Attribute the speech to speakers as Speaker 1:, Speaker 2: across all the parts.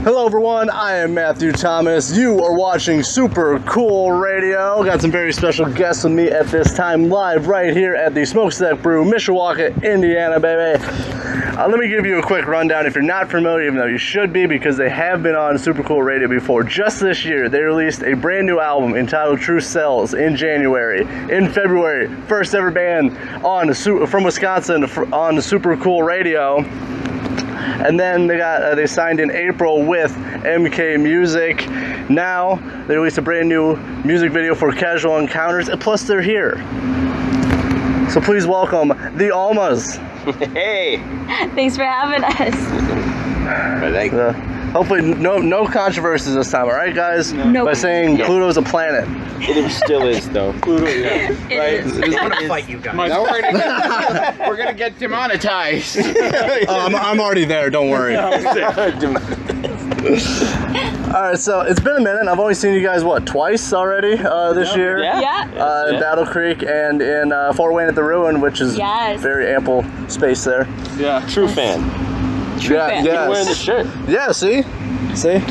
Speaker 1: Hello, everyone. I am Matthew Thomas. You are watching Super Cool Radio. Got some very special guests with me at this time, live right here at the Smokestack Brew, Mishawaka, Indiana, baby. Uh, let me give you a quick rundown if you're not familiar, even though you should be, because they have been on Super Cool Radio before. Just this year, they released a brand new album entitled True Cells in January. In February, first ever band on Su- from Wisconsin fr- on Super Cool Radio and then they got uh, they signed in April with MK Music. Now they released a brand new music video for Casual Encounters, and plus they're here. So please welcome the Almas.
Speaker 2: Hey!
Speaker 3: Thanks for having us.
Speaker 2: But like,
Speaker 1: Uh, hopefully, no no controversies this time. All right, guys.
Speaker 3: No.
Speaker 1: By saying
Speaker 2: Yeah.
Speaker 1: Pluto's a planet.
Speaker 2: it still is though.
Speaker 3: It
Speaker 2: Right.
Speaker 3: is.
Speaker 4: I want to fight you guys.
Speaker 5: Now we're gonna get, we're gonna get demonetized.
Speaker 1: Uh, I'm, I'm already there. Don't worry. All right. So it's been a minute. I've only seen you guys what twice already uh, this year.
Speaker 2: Yeah.
Speaker 3: Yeah.
Speaker 1: uh, in
Speaker 2: Yeah.
Speaker 1: Battle Creek and in uh, Fort Wayne at the Ruin, which is
Speaker 3: Yes.
Speaker 1: very ample space there.
Speaker 5: yeah.
Speaker 2: True fan.
Speaker 1: yeah,
Speaker 3: fan.
Speaker 2: You're wearing the
Speaker 1: yes.
Speaker 2: shirt.
Speaker 1: yeah. See, see,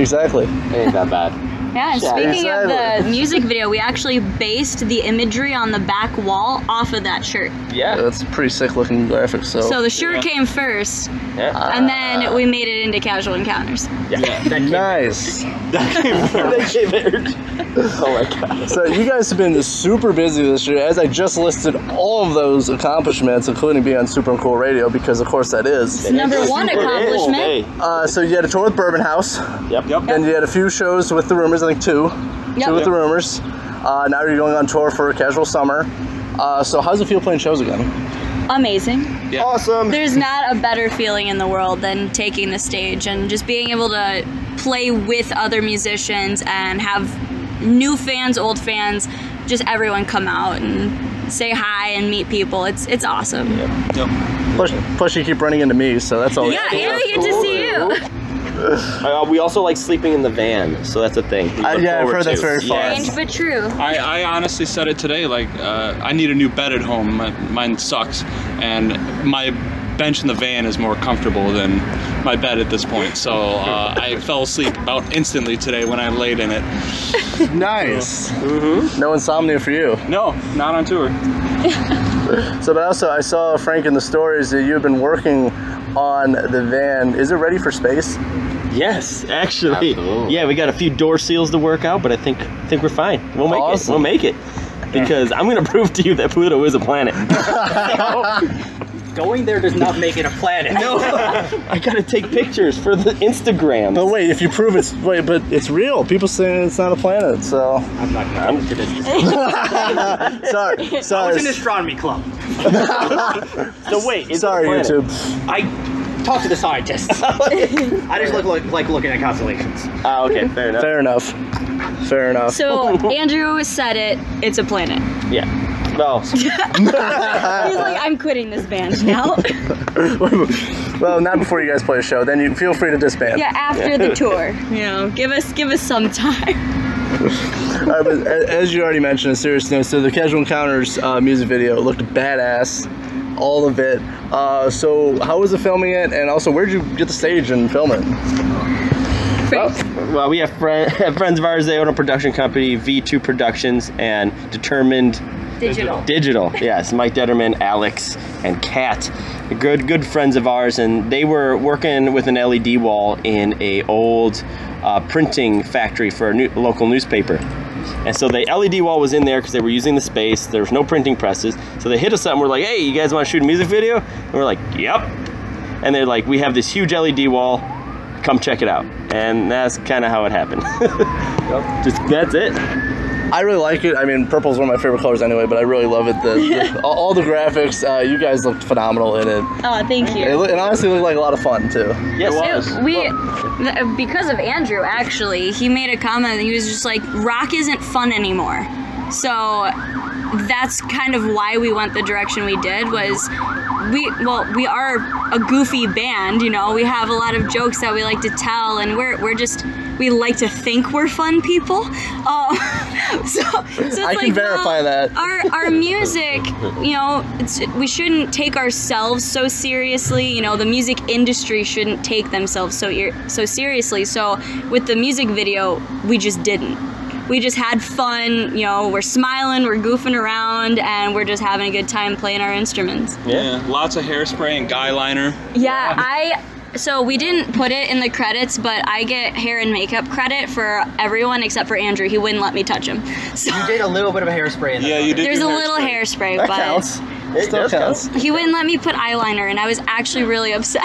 Speaker 1: exactly.
Speaker 2: Ain't that bad.
Speaker 3: Yeah, and
Speaker 2: Yeah,
Speaker 3: speaking of
Speaker 1: exactly.
Speaker 3: the music video, we actually based the imagery on the back wall off of that shirt.
Speaker 1: Yeah,
Speaker 2: Yeah.
Speaker 1: that's a pretty sick looking graphic. So,
Speaker 3: So the shirt came first,
Speaker 1: uh,
Speaker 2: yeah.
Speaker 3: and then we made it into Casual Encounters.
Speaker 1: nice.
Speaker 2: they came in. Oh my god.
Speaker 1: so you guys have been super busy this year, as I just listed all of those accomplishments, including being on Super Cool Radio, because of course that is.
Speaker 3: Number one accomplishment.
Speaker 1: Uh, so you had a tour with Bourbon House,
Speaker 2: Yep. Yep.
Speaker 1: and you had a few shows with the Rumors. I think two. Two with the rumors. Uh, now you're going on tour for Casual Summer. Uh, so how's it feel playing shows again?
Speaker 3: Amazing.
Speaker 2: Awesome.
Speaker 3: There's not a better feeling in the world than taking the stage and just being able to play with other musicians and have new fans, old fans, just everyone come out and say hi and meet people. It's it's awesome.
Speaker 1: Plus, plus you keep running into me, so that's all.
Speaker 3: Yeah, and we get to see you.
Speaker 2: Uh, we also like sleeping in the van, so that's a thing. We
Speaker 1: Uh,
Speaker 2: look
Speaker 1: yeah, I've
Speaker 2: forward
Speaker 1: heard that's
Speaker 2: to.
Speaker 1: very fun.
Speaker 3: Strange but true.
Speaker 5: I, I honestly said it today. Like, uh, I need a new bed at home. My, mine sucks, and my bench in the van is more comfortable than my bed at this point. So uh, I fell asleep about instantly today when I laid in it.
Speaker 1: Nice. No insomnia for you.
Speaker 5: No, not on tour.
Speaker 1: So, but also I saw Frank in the stories that you've been working on the van. Is it ready for space?
Speaker 2: Yes, actually.
Speaker 4: Absolutely.
Speaker 2: Yeah, we got a few door seals to work out, but I think I think we're fine. We'll make
Speaker 1: Awesome.
Speaker 2: it. We'll make it. Because I'm gonna prove to you that Pluto is a planet.
Speaker 4: Going there does not make it a planet.
Speaker 2: no, I gotta take pictures for the Instagram.
Speaker 1: But wait, if you prove it's wait, but it's real. People saying it's not a planet. So
Speaker 4: I'm not gonna. I'm gonna
Speaker 1: sorry,
Speaker 4: I was in
Speaker 1: sorry,
Speaker 4: astronomy club.
Speaker 2: So wait, is it a
Speaker 1: sorry,
Speaker 2: planet?
Speaker 1: YouTube.
Speaker 4: I talk to the scientists. I just look like, like looking at constellations.
Speaker 2: Ah, okay, fair enough.
Speaker 1: Fair enough. Fair enough.
Speaker 3: So Andrew said it. It's a planet.
Speaker 2: Yeah. Well,
Speaker 3: He's like, I'm quitting this band now.
Speaker 1: well, not before you guys play a show. Then you feel free to disband.
Speaker 3: yeah, after the tour. You know, give us give us some time.
Speaker 1: Uh, but a- as you already mentioned, in serious note, so the Casual Encounters uh, music video looked badass, all of it. Uh, so how was the filming it, and also where'd you get the stage and film it?
Speaker 2: well, we have friend, friends of ours. They own a production company, V2 Productions, and Determined
Speaker 3: Digital.
Speaker 2: Digital. Yes, Mike Detterman, Alex, and Kat, good good friends of ours, and they were working with an LED wall in a old uh, printing factory for a new, local newspaper. And so the LED wall was in there because they were using the space. There was no printing presses, so they hit us up and we're like, "Hey, you guys want to shoot a music video?" And we're like, "Yep." And they're like, "We have this huge LED wall. Come check it out." And that's kind of how it happened. Just that's it.
Speaker 1: I really like it. I mean, purple's one of my favorite colors anyway, but I really love it. The, the- all, all the graphics, uh, you guys looked phenomenal in it.
Speaker 3: Oh, thank you.
Speaker 1: It, loo- it honestly looked like a lot of fun too.
Speaker 2: Yes.
Speaker 3: So we, th- because of Andrew, actually, he made a comment. He was just like, "Rock isn't fun anymore." So that's kind of why we went the direction we did was we well we are a goofy band you know we have a lot of jokes that we like to tell and we're we're just we like to think we're fun people um, so, so it's
Speaker 1: I can
Speaker 3: like,
Speaker 1: verify
Speaker 3: well,
Speaker 1: that.
Speaker 3: our our music, you know, it's, we shouldn't take ourselves so seriously. You know, the music industry shouldn't take themselves so ir- so seriously. So with the music video, we just didn't. We just had fun. You know, we're smiling, we're goofing around, and we're just having a good time playing our instruments.
Speaker 5: Yeah, lots of hairspray and guy liner.
Speaker 3: Yeah, I. So we didn't put it in the credits, but I get hair and makeup credit for everyone except for Andrew. He wouldn't let me touch him. So
Speaker 4: You did a little bit of hairspray in that.
Speaker 5: Yeah, you did.
Speaker 3: there's a
Speaker 5: do
Speaker 3: little hairspray,
Speaker 1: That
Speaker 3: but.
Speaker 1: counts. It still
Speaker 4: does
Speaker 1: counts.
Speaker 3: He wouldn't let me put eyeliner, and I was actually really upset.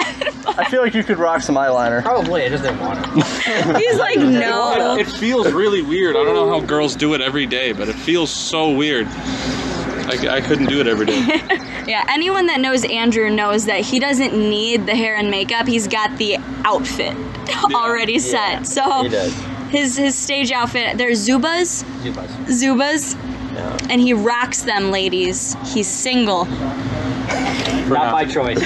Speaker 1: I feel like you could rock some eyeliner.
Speaker 4: Probably, I just didn't want it.
Speaker 3: He's like, no.
Speaker 5: It feels really weird. I don't know how girls do it every day, but it feels so weird. I, I couldn't do it every day.
Speaker 3: Yeah, anyone that knows Andrew knows that he doesn't need the hair and makeup. He's got the outfit already set. So
Speaker 4: He does.
Speaker 3: his his stage outfit. They're Zubas,
Speaker 4: You guys.
Speaker 3: Zubas, and he rocks them, ladies. He's single.
Speaker 4: Not by choice.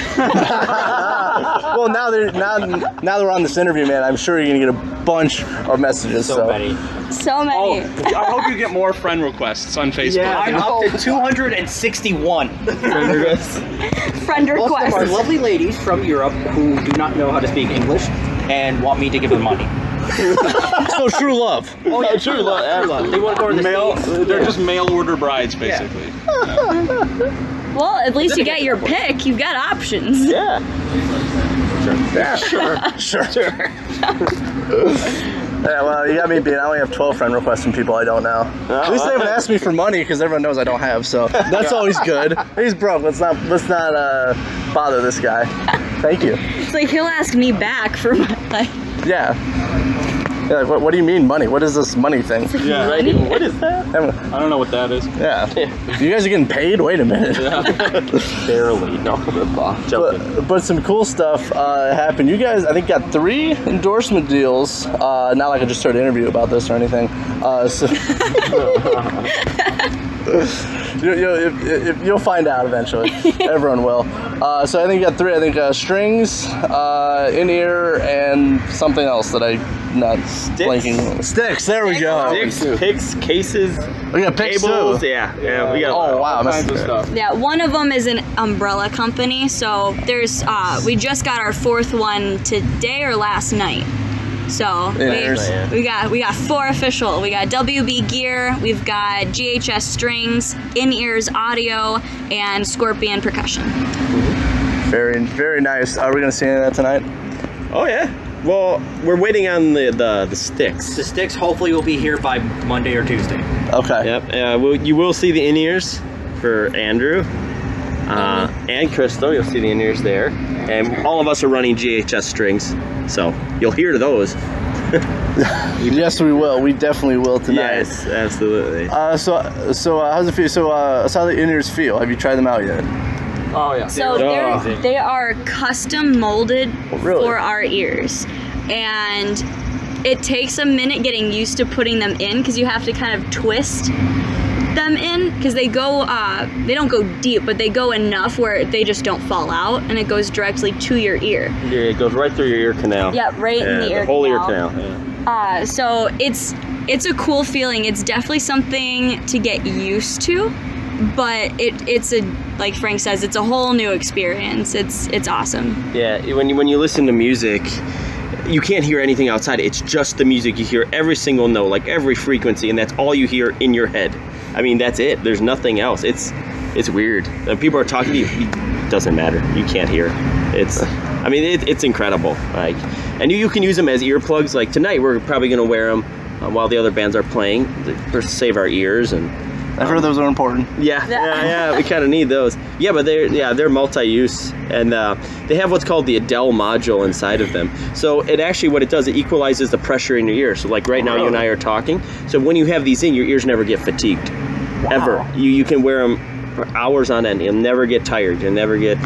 Speaker 1: Well, now they're now now they're on this interview, man. I'm sure you're gonna get a bunch of messages. So,
Speaker 4: So many.
Speaker 3: So
Speaker 5: Oh,
Speaker 3: many.
Speaker 5: I hope you get more friend requests on Facebook.
Speaker 4: I'm up to 261.
Speaker 3: Friend
Speaker 4: Most of them are
Speaker 3: request.
Speaker 4: lovely ladies from Europe who do not know how to speak English and want me to give them money.
Speaker 1: so true love.
Speaker 4: Oh yeah, true love. They want to go to the
Speaker 5: Mail,
Speaker 4: States.
Speaker 5: they're just mail order brides, basically.
Speaker 3: Well, at least you got your pick. You've got options.
Speaker 1: Yeah. Sure. Sure. Sure. Yeah, well, you got me beat. I only have 12 friend requests from people I don't know. At least they haven't asked me for money because everyone knows I don't have. So that's always good. He's broke. Let's not let's not uh, bother this guy. Thank you.
Speaker 3: It's like he'll ask me back for my like.
Speaker 1: Yeah. Yeah, like, what, what do you mean money? What is this money thing?
Speaker 5: Yeah,
Speaker 1: What is that?
Speaker 5: I don't know what that is.
Speaker 1: Yeah. You guys are getting paid? Wait a minute.
Speaker 2: Barely. No. Joking.
Speaker 1: But, but some cool stuff uh, happened. You guys, I think, got three endorsement deals. Uh, not like I just heard an interview about this or anything. Uh, so you, you, if, if, you'll find out eventually. Everyone will. Uh, so I think you got three. I think uh, strings, uh, in ear, and something else that I not blanking. Sticks. There we go.
Speaker 2: Dicks, picks, cases,
Speaker 1: We got picks
Speaker 2: tables.
Speaker 1: too.
Speaker 2: Yeah, yeah, we got. a lot.
Speaker 1: Oh wow, that's-
Speaker 5: Kinds of stuff.
Speaker 3: Yeah, one of them is an umbrella company. So there's, uh, we just got our fourth one today or last night. So
Speaker 1: Yeah, there's-
Speaker 3: we, we got we got four official. We got WB Gear, we've got GHS Strings, In Ears Audio, and Scorpion Percussion.
Speaker 1: very very nice. Are we gonna see any of that tonight?
Speaker 2: Oh yeah. Well, we're waiting on the the, the sticks.
Speaker 4: The sticks hopefully will be here by Monday or Tuesday.
Speaker 1: Okay.
Speaker 2: Yep. Uh, will you will see the in ears for Andrew. Uh, and Crystal, you'll see the in ears there. And all of us are running GHS strings, so you'll hear those.
Speaker 1: Yes, we will. We definitely will tonight.
Speaker 2: Yes, absolutely.
Speaker 1: Uh, so, so uh, how's it feel? So, uh, I saw the inners feel. Have you tried them out yet?
Speaker 5: Oh yeah.
Speaker 3: So
Speaker 2: Oh.
Speaker 3: they're, Oh, they are custom molded
Speaker 1: really?
Speaker 3: for our ears, and it takes a minute getting used to putting them in because you have to kind of twist them in because they go uh, they don't go deep but they go enough where they just don't fall out and it goes directly to your ear
Speaker 2: Yeah, it goes right through your ear canal.
Speaker 3: yeah right
Speaker 2: Yeah,
Speaker 3: in the, ear
Speaker 2: whole
Speaker 3: canal.
Speaker 2: ear canal.
Speaker 3: Uh, so it's it's a cool feeling. It's definitely something to get used to, but it it's a like Frank says, it's a whole new experience. It's it's awesome.
Speaker 2: Yeah. When you when you listen to music, you can't hear anything outside. It's just the music. You hear every single note, like every frequency, and that's all you hear in your head. I mean, that's it. There's nothing else. It's it's weird. When people are talking to you, it doesn't matter. You can't hear. It's I mean, it, it's incredible. Like, and you, you can use them as earplugs. Like tonight, we're probably gonna wear them uh, while the other bands are playing to save our ears and.
Speaker 1: I've heard those are important.
Speaker 2: Yeah, yeah, yeah. We kind of need those. Yeah, but they're yeah they're multi-use, and uh, they have what's called the Adele module inside of them. So it actually what it does it equalizes the pressure in your ear. So like right now you and I are talking. So when you have these in, your ears never get fatigued, ever. You you can wear them for hours on end. You'll never get tired. You'll never get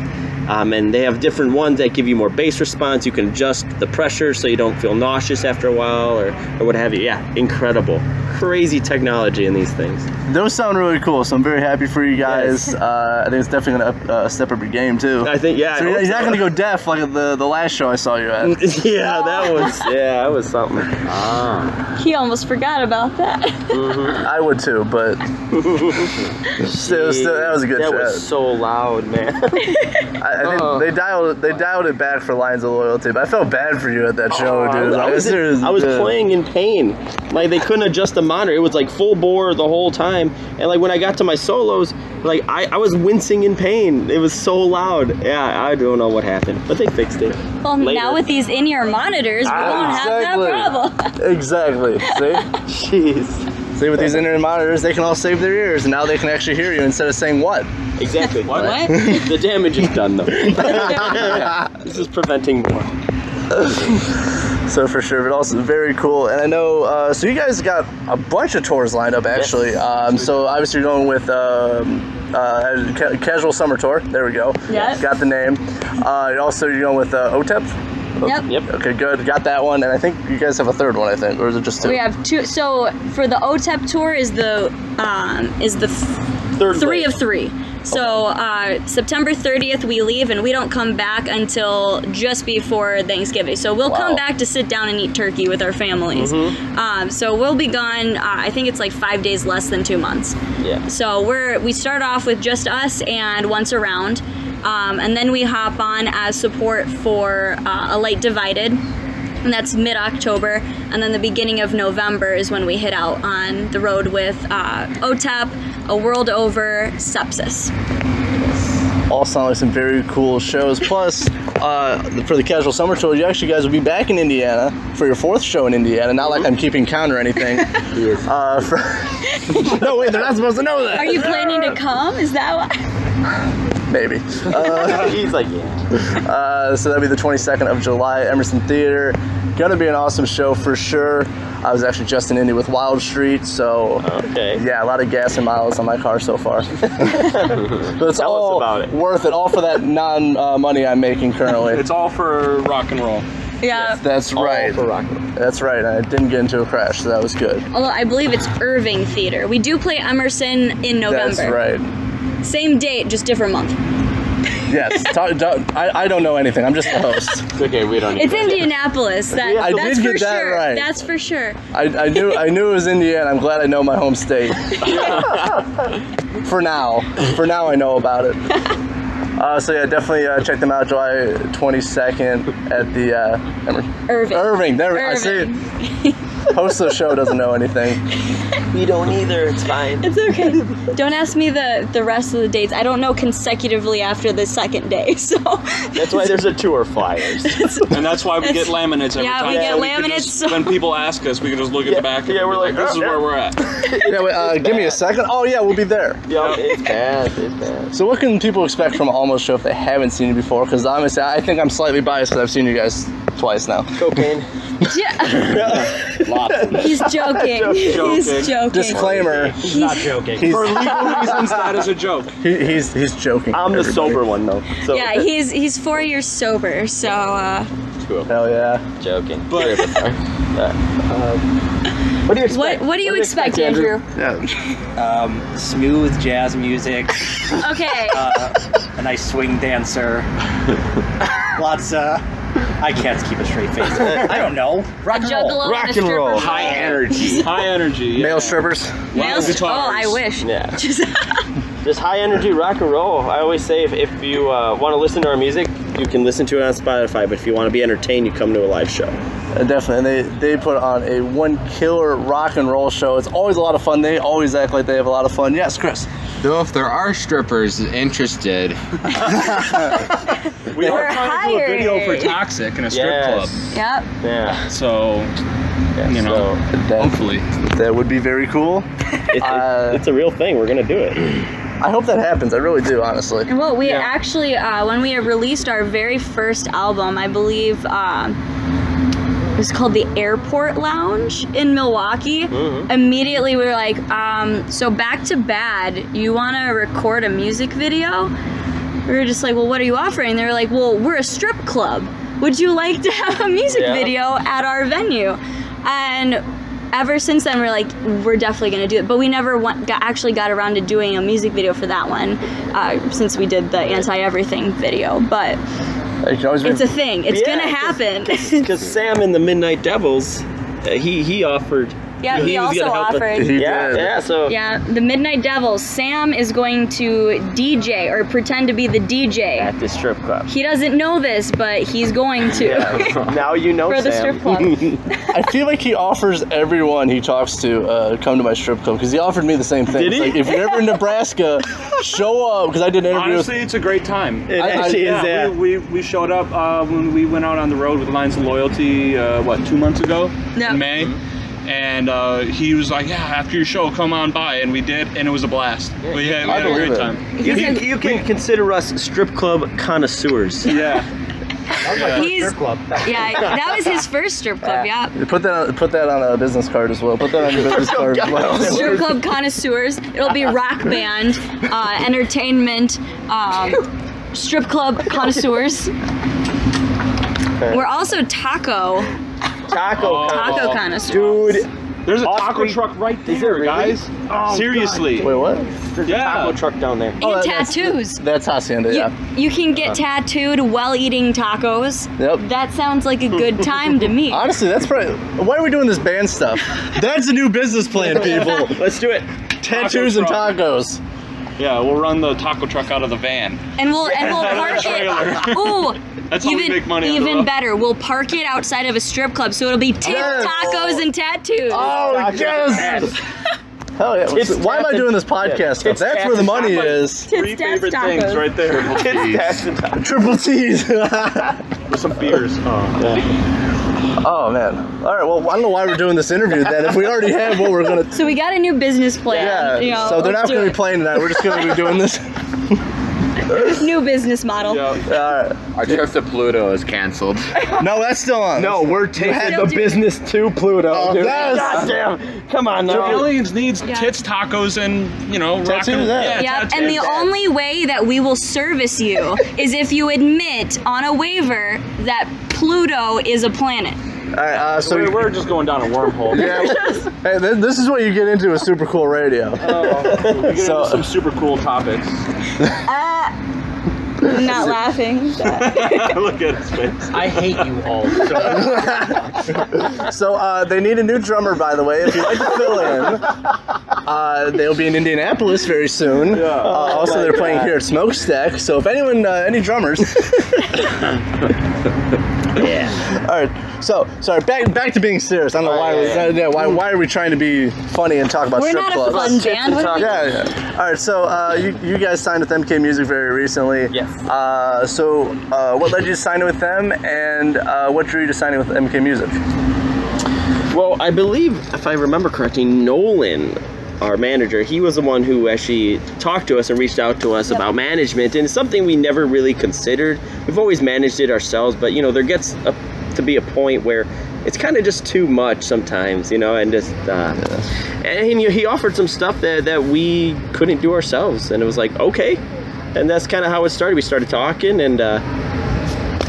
Speaker 2: Um, and they have different ones that give you more bass response. You can adjust the pressure so you don't feel nauseous after a while or, or what have you. Yeah, incredible. Crazy technology in these things.
Speaker 1: Those sound really cool, so I'm very happy for you guys.
Speaker 2: Yes.
Speaker 1: Uh, I think it's definitely gonna up, uh, step up your game too.
Speaker 2: I think, yeah. I
Speaker 1: So you're,
Speaker 2: hope
Speaker 1: you're not
Speaker 2: so.
Speaker 1: gonna go deaf like the the last show I saw you at.
Speaker 2: yeah, that was yeah, that was something.
Speaker 3: He almost forgot about that.
Speaker 1: I would too, but still, still, that was a good
Speaker 2: That
Speaker 1: show.
Speaker 2: was uh-huh. so loud, man.
Speaker 1: I, I think
Speaker 2: Uh-oh.
Speaker 1: they dialed they dialed it back for Lines of Loyalty, but I felt bad for you at that show,
Speaker 2: Oh, I
Speaker 1: dude.
Speaker 2: was, I
Speaker 1: Like,
Speaker 2: was-
Speaker 1: this is-
Speaker 2: I was
Speaker 1: yeah.
Speaker 2: playing in pain. Like they couldn't adjust the monitor. It was like full bore the whole time. And like when I got to my solos, like I, I was wincing in pain. It was so loud. Yeah, I don't know what happened, but they fixed it.
Speaker 3: well,
Speaker 2: Later.
Speaker 3: now with these in-ear monitors, we
Speaker 1: Ah,
Speaker 3: won't
Speaker 1: exactly.
Speaker 3: have that problem.
Speaker 1: Exactly. See,
Speaker 2: Jeez.
Speaker 1: see, with these inner monitors, they can all save their ears, and now they can actually hear you instead of saying what.
Speaker 2: Exactly.
Speaker 3: what?
Speaker 2: The damage is done though. this is preventing more.
Speaker 1: So for sure, but also very cool. And I know, uh, so you guys got a bunch of tours lined up actually. Um, so obviously you're going with um, uh, ca- Casual Summer Tour. There we go.
Speaker 3: Yes.
Speaker 1: Got the name. Uh, you're also you're going with uh, OTEP.
Speaker 3: Yep.
Speaker 2: Yep.
Speaker 1: Okay, good. Got that one, and I think you guys have a third one. I think, or is it just two?
Speaker 3: We have two. So for the OTEP tour is the um, is the f-
Speaker 2: Third
Speaker 3: three
Speaker 2: wave.
Speaker 3: of three. So uh, September 30th we leave and we don't come back until just before Thanksgiving. So we'll
Speaker 1: Wow.
Speaker 3: come back to sit down and eat turkey with our families.
Speaker 2: Mm-hmm.
Speaker 3: Um, so we'll be gone. Uh, I think it's like five days less than two months.
Speaker 2: Yeah.
Speaker 3: So we're we start off with just us and once around, um, and then we hop on as support for uh, a light divided, and that's mid October, and then the beginning of November is when we hit out on the road with uh, OTEP, a world over sepsis.
Speaker 1: all sound like some very cool shows. Plus, uh, for the casual summer tour, you actually guys will be back in Indiana for your fourth show in Indiana. Not like
Speaker 2: Mm-hmm.
Speaker 1: I'm keeping count or anything. uh, for- no, wait, they're not supposed to know that.
Speaker 3: Are you planning to come? Is that what?
Speaker 1: Maybe.
Speaker 2: He's like, yeah.
Speaker 1: Uh, so that'll be the 22nd of July, Emerson Theater. Gonna be an awesome show for sure. I was actually just in Indy with Wild Street, so
Speaker 2: Okay.
Speaker 1: yeah, a lot of gas and miles on my car so far. but it's
Speaker 2: Tell us
Speaker 1: all
Speaker 2: about it.
Speaker 1: worth it, all for that non uh, money I'm making currently.
Speaker 5: It's all for rock and roll.
Speaker 3: Yeah.
Speaker 1: That's right.
Speaker 2: All for rock and roll.
Speaker 1: That's right. I didn't get into a crash, so that was good.
Speaker 3: Although I believe it's Irving Theater. We do play Emerson in November.
Speaker 1: That's right.
Speaker 3: Same date, just different month.
Speaker 1: Yes. Talk, talk, I, I don't know anything. I'm just the host.
Speaker 2: It's okay, we don't need
Speaker 3: It's
Speaker 2: that.
Speaker 3: Indianapolis. That,
Speaker 1: I
Speaker 3: that's
Speaker 1: did get
Speaker 3: for
Speaker 1: that
Speaker 3: sure.
Speaker 1: right.
Speaker 3: That's for sure.
Speaker 1: I, I knew I knew it was Indiana. I'm glad I know my home state. For now, for now, I know about it. Uh, so yeah, definitely uh, check them out July 22nd at the uh, Emer-
Speaker 3: Irving.
Speaker 1: Irving. There, I see. it. Host of the show doesn't know anything.
Speaker 2: We don't either, it's fine.
Speaker 3: It's okay. Don't ask me the the rest of the dates. I don't know consecutively after the second day. So
Speaker 2: That's why there's a tour flyers.
Speaker 5: And that's why we get
Speaker 3: That's-
Speaker 5: laminates every
Speaker 3: yeah,
Speaker 5: time.
Speaker 3: we get
Speaker 5: so we could
Speaker 3: laminates,
Speaker 5: Just,
Speaker 3: so-
Speaker 5: When people ask us, we can just look at
Speaker 2: Yeah,
Speaker 5: the back.
Speaker 2: yeah,
Speaker 5: and
Speaker 2: we're
Speaker 5: be
Speaker 2: like,
Speaker 5: this is
Speaker 2: "Oh, yeah."
Speaker 5: where we're at.
Speaker 1: Yeah, wait, uh, give me a second. Oh yeah, we'll be there.
Speaker 2: Yup, it's bad, it's bad.
Speaker 1: So what can people expect from Almost Show if they haven't seen you before? Because honestly, I think I'm slightly biased because I've seen you guys twice now.
Speaker 2: Cocaine.
Speaker 3: Jo-
Speaker 2: Lots of
Speaker 3: he's joking. He's joking.
Speaker 1: Disclaimer:
Speaker 4: He's not joking.
Speaker 1: he's,
Speaker 5: For legal reasons, that is a joke.
Speaker 1: he- he's he's joking.
Speaker 2: I'm the
Speaker 1: everybody.
Speaker 2: sober one though. So
Speaker 3: Yeah, he's he's four years sober. So uh,
Speaker 1: Hell yeah!
Speaker 2: joking.
Speaker 5: But-
Speaker 2: what do you expect?
Speaker 3: what what do you expect, Andrew?
Speaker 1: Yeah.
Speaker 6: Um, smooth jazz music, uh,
Speaker 3: Okay.
Speaker 5: Uh,
Speaker 6: a nice swing dancer, lots of. I can't keep a straight face. I don't know. Rock and roll.
Speaker 3: Juggalo and a stripper pole.
Speaker 2: energy.
Speaker 5: Uh, High energy. Yeah.
Speaker 1: Male strippers.
Speaker 3: Male
Speaker 5: Wild
Speaker 3: stri- oh,
Speaker 5: guitars.
Speaker 3: I wish.
Speaker 2: Yeah.
Speaker 3: Just-
Speaker 2: Just high energy rock and roll. I always say if, if you uh, want to listen to our music, you can listen to it on Spotify. But if you want to be entertained, you come to a live show.
Speaker 1: Uh, definitely. And they they put on a one killer rock and roll show. It's always a lot of fun. They always act like they have a lot of fun. Yes, Chris.
Speaker 7: Though if there are strippers interested,
Speaker 5: We
Speaker 3: We're
Speaker 5: are trying to do a video
Speaker 3: hired.
Speaker 5: for Toxic in a strip
Speaker 2: Yes.
Speaker 3: yep.
Speaker 2: club. Yeah.
Speaker 5: club. So,
Speaker 2: yeah,
Speaker 5: you know,
Speaker 2: so
Speaker 1: That,
Speaker 5: hopefully.
Speaker 1: that would be very cool.
Speaker 2: it- it-
Speaker 1: Uh,
Speaker 2: it's a real thing. We're gonna do it.
Speaker 1: I hope that happens. I really do, honestly.
Speaker 3: Well, we actually, uh, when we released our very first album, I believe um it was called the Airport Lounge in Milwaukee. Immediately, we were like, um, "So back to bad. You want to record a music video?" we were just like, well, what are you offering? They were like, well, we're a strip club. Would you like to have a music
Speaker 2: Yeah.
Speaker 3: video at our venue? And ever since then, we're like, we're definitely going to do it. But we never went, got, actually got around to doing a music video for that one uh, since we did the anti everything video. But
Speaker 1: It can always be
Speaker 3: it's a thing, it's
Speaker 2: Yeah,
Speaker 3: going to happen.
Speaker 2: Because Sam in the Midnight Devils, uh, he he offered.
Speaker 3: yeah, he,
Speaker 2: was
Speaker 3: also
Speaker 2: gonna help us.
Speaker 3: offered.
Speaker 1: He
Speaker 2: Yeah,
Speaker 1: did.
Speaker 2: yeah. So
Speaker 3: Yeah, the Midnight Devils. Sam is going to DJ or pretend to be the DJ.
Speaker 2: at the strip club.
Speaker 3: He doesn't know this, but he's going to.
Speaker 2: now you know
Speaker 3: For the
Speaker 2: Sam.
Speaker 3: strip club.
Speaker 1: I feel like he offers everyone he talks to uh, come to my strip club because he offered me the same thing.
Speaker 2: Did
Speaker 1: It's
Speaker 2: he?
Speaker 1: Like, if you're ever in Nebraska, show up because I did an interview
Speaker 5: Honestly, it's a great time.
Speaker 2: It
Speaker 1: I-
Speaker 2: actually
Speaker 5: yeah,
Speaker 2: is that.
Speaker 5: We, we, we showed up uh, when we went out on the road with Lions of Loyalty, uh, what, two months ago?
Speaker 3: Yeah.
Speaker 5: In May. And uh, he was like, yeah, after your show, come on by. And we did, and it with a blast. We had, we
Speaker 1: I
Speaker 5: had a
Speaker 1: believe
Speaker 5: great
Speaker 1: it.
Speaker 5: time.
Speaker 2: you, can, you can consider us strip club connoisseurs.
Speaker 5: Yeah.
Speaker 3: He's
Speaker 4: club.
Speaker 3: yeah, that was his first strip club. Yeah.
Speaker 1: Put that on, put that on a business card as well. Put that on your business card as well.
Speaker 3: Strip club connoisseurs. It'll be rock band, uh, entertainment, um, strip club connoisseurs. We're also taco
Speaker 2: Taco.
Speaker 5: Oh.
Speaker 3: taco connoisseurs.
Speaker 2: Dude,
Speaker 5: There's a Oh. taco
Speaker 2: Osprey-
Speaker 5: truck right
Speaker 2: Is it
Speaker 5: there,
Speaker 2: really?
Speaker 5: guys. Seriously.
Speaker 1: Wait, what?
Speaker 2: there's
Speaker 5: Yeah.
Speaker 2: a taco truck down there.
Speaker 3: And
Speaker 1: Oh, that's-
Speaker 3: tattoos.
Speaker 1: That's hacienda.
Speaker 3: You,
Speaker 1: Yeah.
Speaker 3: you can get tattooed while eating tacos.
Speaker 1: Yep.
Speaker 3: That sounds like a good time to me.
Speaker 1: Honestly, that's probably. Why are we doing this band stuff? That's a new business plan, people.
Speaker 2: Let's do it.
Speaker 1: Tattoos and
Speaker 5: truck.
Speaker 1: tacos.
Speaker 5: Yeah, we'll run the taco truck out of the van.
Speaker 3: And we'll and we'll park it. Ooh,
Speaker 5: That's how
Speaker 3: even
Speaker 5: we make money on the
Speaker 3: even
Speaker 5: road.
Speaker 3: better. We'll park it outside of a strip club, so it'll be tip
Speaker 1: Yes.
Speaker 3: tacos and tattoos.
Speaker 1: Oh yes! Hell yeah!
Speaker 2: Tits,
Speaker 1: Why am I
Speaker 2: tats,
Speaker 1: doing this podcast?
Speaker 2: yeah,
Speaker 1: stuff?
Speaker 2: tits,
Speaker 1: That's
Speaker 2: tats,
Speaker 1: where the
Speaker 2: and
Speaker 1: money
Speaker 2: tacos.
Speaker 1: is.
Speaker 5: Three
Speaker 3: Dad's
Speaker 5: favorite
Speaker 3: tacos.
Speaker 5: things right there.
Speaker 2: It's Tax and taco.
Speaker 1: Triple T's.
Speaker 5: With some beers.
Speaker 1: Oh man! All right. Well, I don't know why we're doing this interview then. If we already have what we're gonna,
Speaker 3: So we got a new business plan.
Speaker 1: yeah.
Speaker 3: you know,
Speaker 1: so they're not
Speaker 3: let's
Speaker 1: gonna
Speaker 3: do
Speaker 1: be playing tonight. We're just gonna be doing this.
Speaker 3: it. New business model.
Speaker 5: Yeah.
Speaker 1: All right.
Speaker 7: Our trip to Pluto is canceled.
Speaker 1: No, that's still on.
Speaker 2: No, we're taking
Speaker 3: Still
Speaker 2: the
Speaker 3: do-
Speaker 2: business to Pluto.
Speaker 1: Oh,
Speaker 2: dude.
Speaker 1: yes.
Speaker 2: God damn. Come on now.
Speaker 5: Aliens needs
Speaker 3: Yeah.
Speaker 5: tits, tacos, and you know, rock
Speaker 1: Tattoos,
Speaker 5: and
Speaker 1: yeah.
Speaker 5: yeah,
Speaker 3: Yep.
Speaker 5: tattoos.
Speaker 3: And the only way that we will service you is if you admit on a waiver that Pluto is a planet.
Speaker 1: All right. Uh, so
Speaker 5: We're- we're just going down a wormhole.
Speaker 1: yeah. hey, th- this is what you get into with super cool radio.
Speaker 5: We're gonna
Speaker 1: So-
Speaker 5: do some super cool topics.
Speaker 3: I'm not laughing.
Speaker 5: Look at his face.
Speaker 6: I hate you all.
Speaker 1: So uh, they need a new drummer, by the way. If you'd like to fill in, uh, they'll be in Indianapolis very soon. Uh, also, they're playing here at Smokestack. So if anyone, uh, any drummers. yeah. All right. So sorry. Back back to being serious. I don't know why. we, Oh, yeah, why why are we trying to be funny and talk about
Speaker 3: We're
Speaker 1: strip
Speaker 3: not a
Speaker 1: clubs?
Speaker 3: fun band. What are we-
Speaker 1: Yeah, yeah. All right. So uh, you, you guys signed with MK Music very recently.
Speaker 2: Yes.
Speaker 1: Uh, so uh, what led you to sign with them, and uh, what drew you to signing with MK Music?
Speaker 2: Well, I believe, if I remember correctly, Nolan, our manager, he was the one who actually talked to us and reached out to us about management, and it's something we never really considered. We've always managed it ourselves, but you know, there gets a, to be a point where it's kind of just too much sometimes, you know, and just. Uh, And he, he offered some stuff that, that we couldn't do ourselves, and it was like, okay. And that's kind of how it started. We started talking, and uh,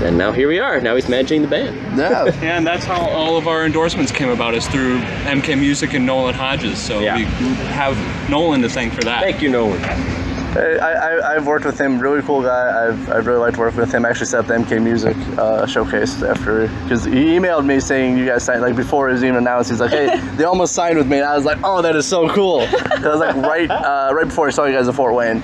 Speaker 2: and now here we are. Now he's managing the band.
Speaker 1: Yeah.
Speaker 5: Yeah, and that's how all of our endorsements came about is through MK Music and Nolan Hodges. So
Speaker 2: Yeah.
Speaker 5: we have Nolan to thank for that.
Speaker 2: Thank you, Nolan.
Speaker 1: I, I, I've worked with him. Really cool guy. I've, I've really liked working with him. Actually, set up the MK Music uh, showcase after because he emailed me saying you guys signed like before it was even announced. He's like, hey, they almost signed with me. And I was like, oh, that is so cool. 'Cause I was like right uh, right before I saw you guys at Fort Wayne.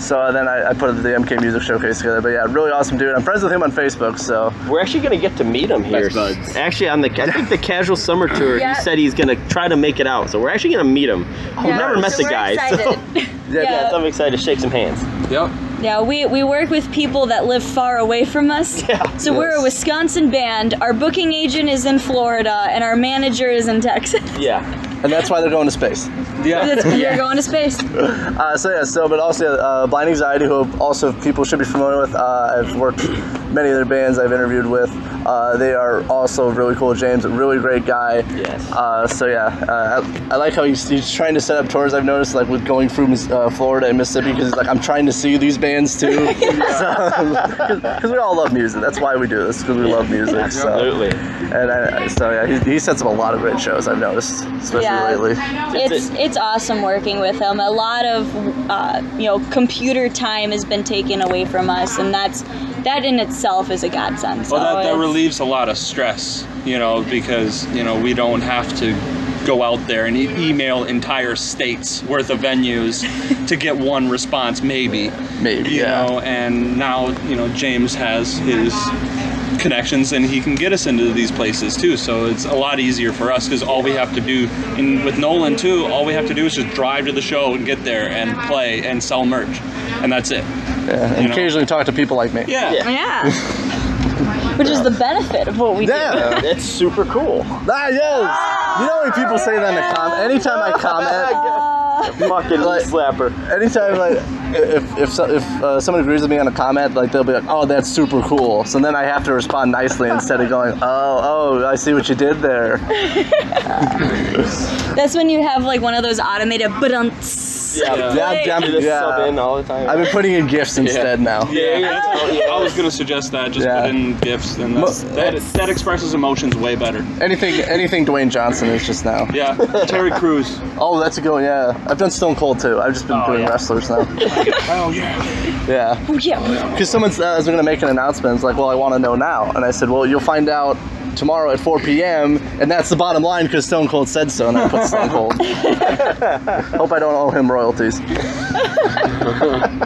Speaker 1: So then I, I put the MK Music showcase together. But yeah, really awesome dude. I'm friends with him on Facebook. So
Speaker 2: We're actually gonna get to meet him here.
Speaker 7: Best buds.
Speaker 2: Actually, on the I think the casual summer tour,
Speaker 3: Yeah.
Speaker 2: he said he's gonna try to make it out. So we're actually gonna meet him. We've never met the guy, so Uh,
Speaker 1: yeah,
Speaker 3: Yeah.
Speaker 2: I'm excited to shake some hands.
Speaker 5: Yep.
Speaker 3: Yeah, we, we work with people that live far away from us. so we're a Wisconsin band. Our booking agent is in Florida, and our manager is in Texas.
Speaker 2: Yeah,
Speaker 1: and that's why they're going to space.
Speaker 5: Yeah.
Speaker 3: That's when they're going to space.
Speaker 1: Uh, so yeah, so but also yeah, uh, Blind Anxiety, who also people should be familiar with. Uh, I've worked many of their bands. I've interviewed with. Uh, they are also really cool. James, a really great guy.
Speaker 2: Yes.
Speaker 1: Uh, so yeah, uh, I, I like how he's, he's trying to set up tours. I've noticed like with going from uh, Florida and Mississippi because he's like I'm trying to see these bands too. Because we all love music. That's why we do this because we love music. So.
Speaker 2: Absolutely.
Speaker 1: And I, so yeah, he, he sets up a lot of great shows. I've noticed, especially
Speaker 3: Yeah.
Speaker 1: lately.
Speaker 3: It's it's awesome working with him. A lot of uh, you know computer time has been taken away from us, and that's that in itself is a godsend. So
Speaker 5: Well, that, that
Speaker 3: it's-
Speaker 5: relieves a lot of stress, you know, because, you know, we don't have to go out there and e- email entire states worth of venues to get one response, maybe.
Speaker 1: Maybe,
Speaker 5: You
Speaker 1: yeah.
Speaker 5: know, and now, you know, James has his connections and he can get us into these places too so it's a lot easier for us because all we have to do and with nolan too all we have to do is just drive to the show and get there and play and sell merch and that's it
Speaker 1: and
Speaker 5: know?
Speaker 1: occasionally talk to people like me.
Speaker 5: yeah,
Speaker 3: yeah, which is the benefit of what we do.
Speaker 1: Yeah.
Speaker 2: That's super cool.
Speaker 1: Ah, yes. You know when people say that in a comment? Anytime I comment,
Speaker 3: Uh,
Speaker 2: Fucking
Speaker 1: Like-
Speaker 2: slapper.
Speaker 1: anytime like if if so, if uh, someone agrees with me on a comment, like they'll be like, "Oh, that's super cool." So then I have to respond nicely instead of going, "Oh, oh, I see what you did there."
Speaker 3: that's when you have like one of those automated budumts.
Speaker 2: Yeah.
Speaker 1: Yeah, damn
Speaker 2: You
Speaker 1: it,
Speaker 2: just sub in
Speaker 1: yeah.
Speaker 2: all the time.
Speaker 1: I've been putting in gifts instead now.
Speaker 5: Yeah, that's- I was gonna suggest that. Just
Speaker 1: Yeah.
Speaker 5: put in gifs, and that's,
Speaker 1: Mo-
Speaker 5: that that expresses emotions way better.
Speaker 1: Anything, anything Dwayne Johnson is just now.
Speaker 5: Yeah, Terry Crews.
Speaker 1: Oh, that's a good one. Yeah, I've done Stone Cold too. I've just been doing wrestlers now.
Speaker 5: Oh yeah.
Speaker 1: Yeah.
Speaker 3: Oh, yeah.
Speaker 1: Because someone uh, was going to make an announcement. It's like, well, I want to know now. And I said, well, you'll find out tomorrow at 4 p.m. And that's the bottom line because Stone Cold said so. And I put Stone Cold. Hope I don't owe him royalties.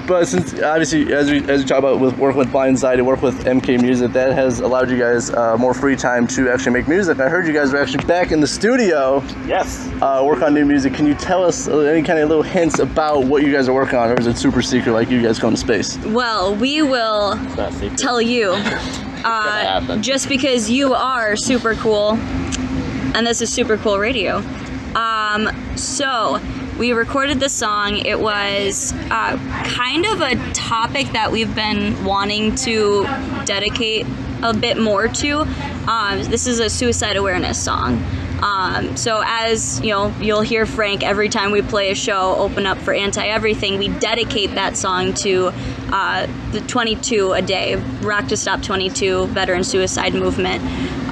Speaker 1: but since obviously, as we as we talk about with work with Blindside and work with MK Music, that has allowed you guys uh, more free time to actually make music. I heard you guys were actually back in the studio,
Speaker 2: yes.
Speaker 1: uh, work on new music. Can you tell us uh, any kind of little hints about what you guys are working on, or is it super secret like you guys go into space?
Speaker 3: Well, we will
Speaker 2: Not secret.
Speaker 3: tell you. Uh,
Speaker 2: happen.
Speaker 3: just because you are super cool, and this is super cool radio. Um, so we recorded this song. It was uh, kind of a topic that we've been wanting to dedicate a bit more to. Um, this is a suicide awareness song. Um, so as you know, you'll hear Frank every time we play a show. Open up for anti everything. We dedicate that song to uh, the 22 a day Rock to Stop 22 veteran suicide movement.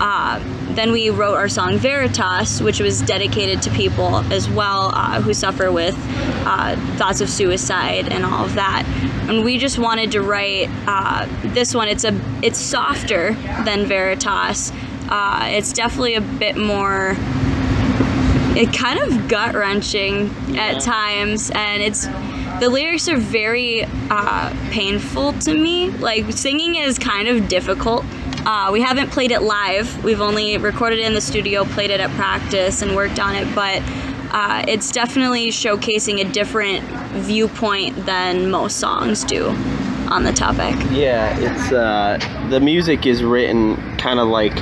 Speaker 3: Uh, then we wrote our song Veritas, which was dedicated to people as well uh, who suffer with uh, thoughts of suicide and all of that. And we just wanted to write uh, this one. It's a it's softer than Veritas. Uh, it's definitely a bit more it kind of gut wrenching at times, and it's the lyrics are very uh, painful to me. Like singing is kind of difficult. Uh, we haven't played it live. We've only recorded it in the studio, played it at practice, and worked on it. But uh, it's definitely showcasing a different viewpoint than most songs do on the topic.
Speaker 2: Yeah, it's uh, the music is written kind of like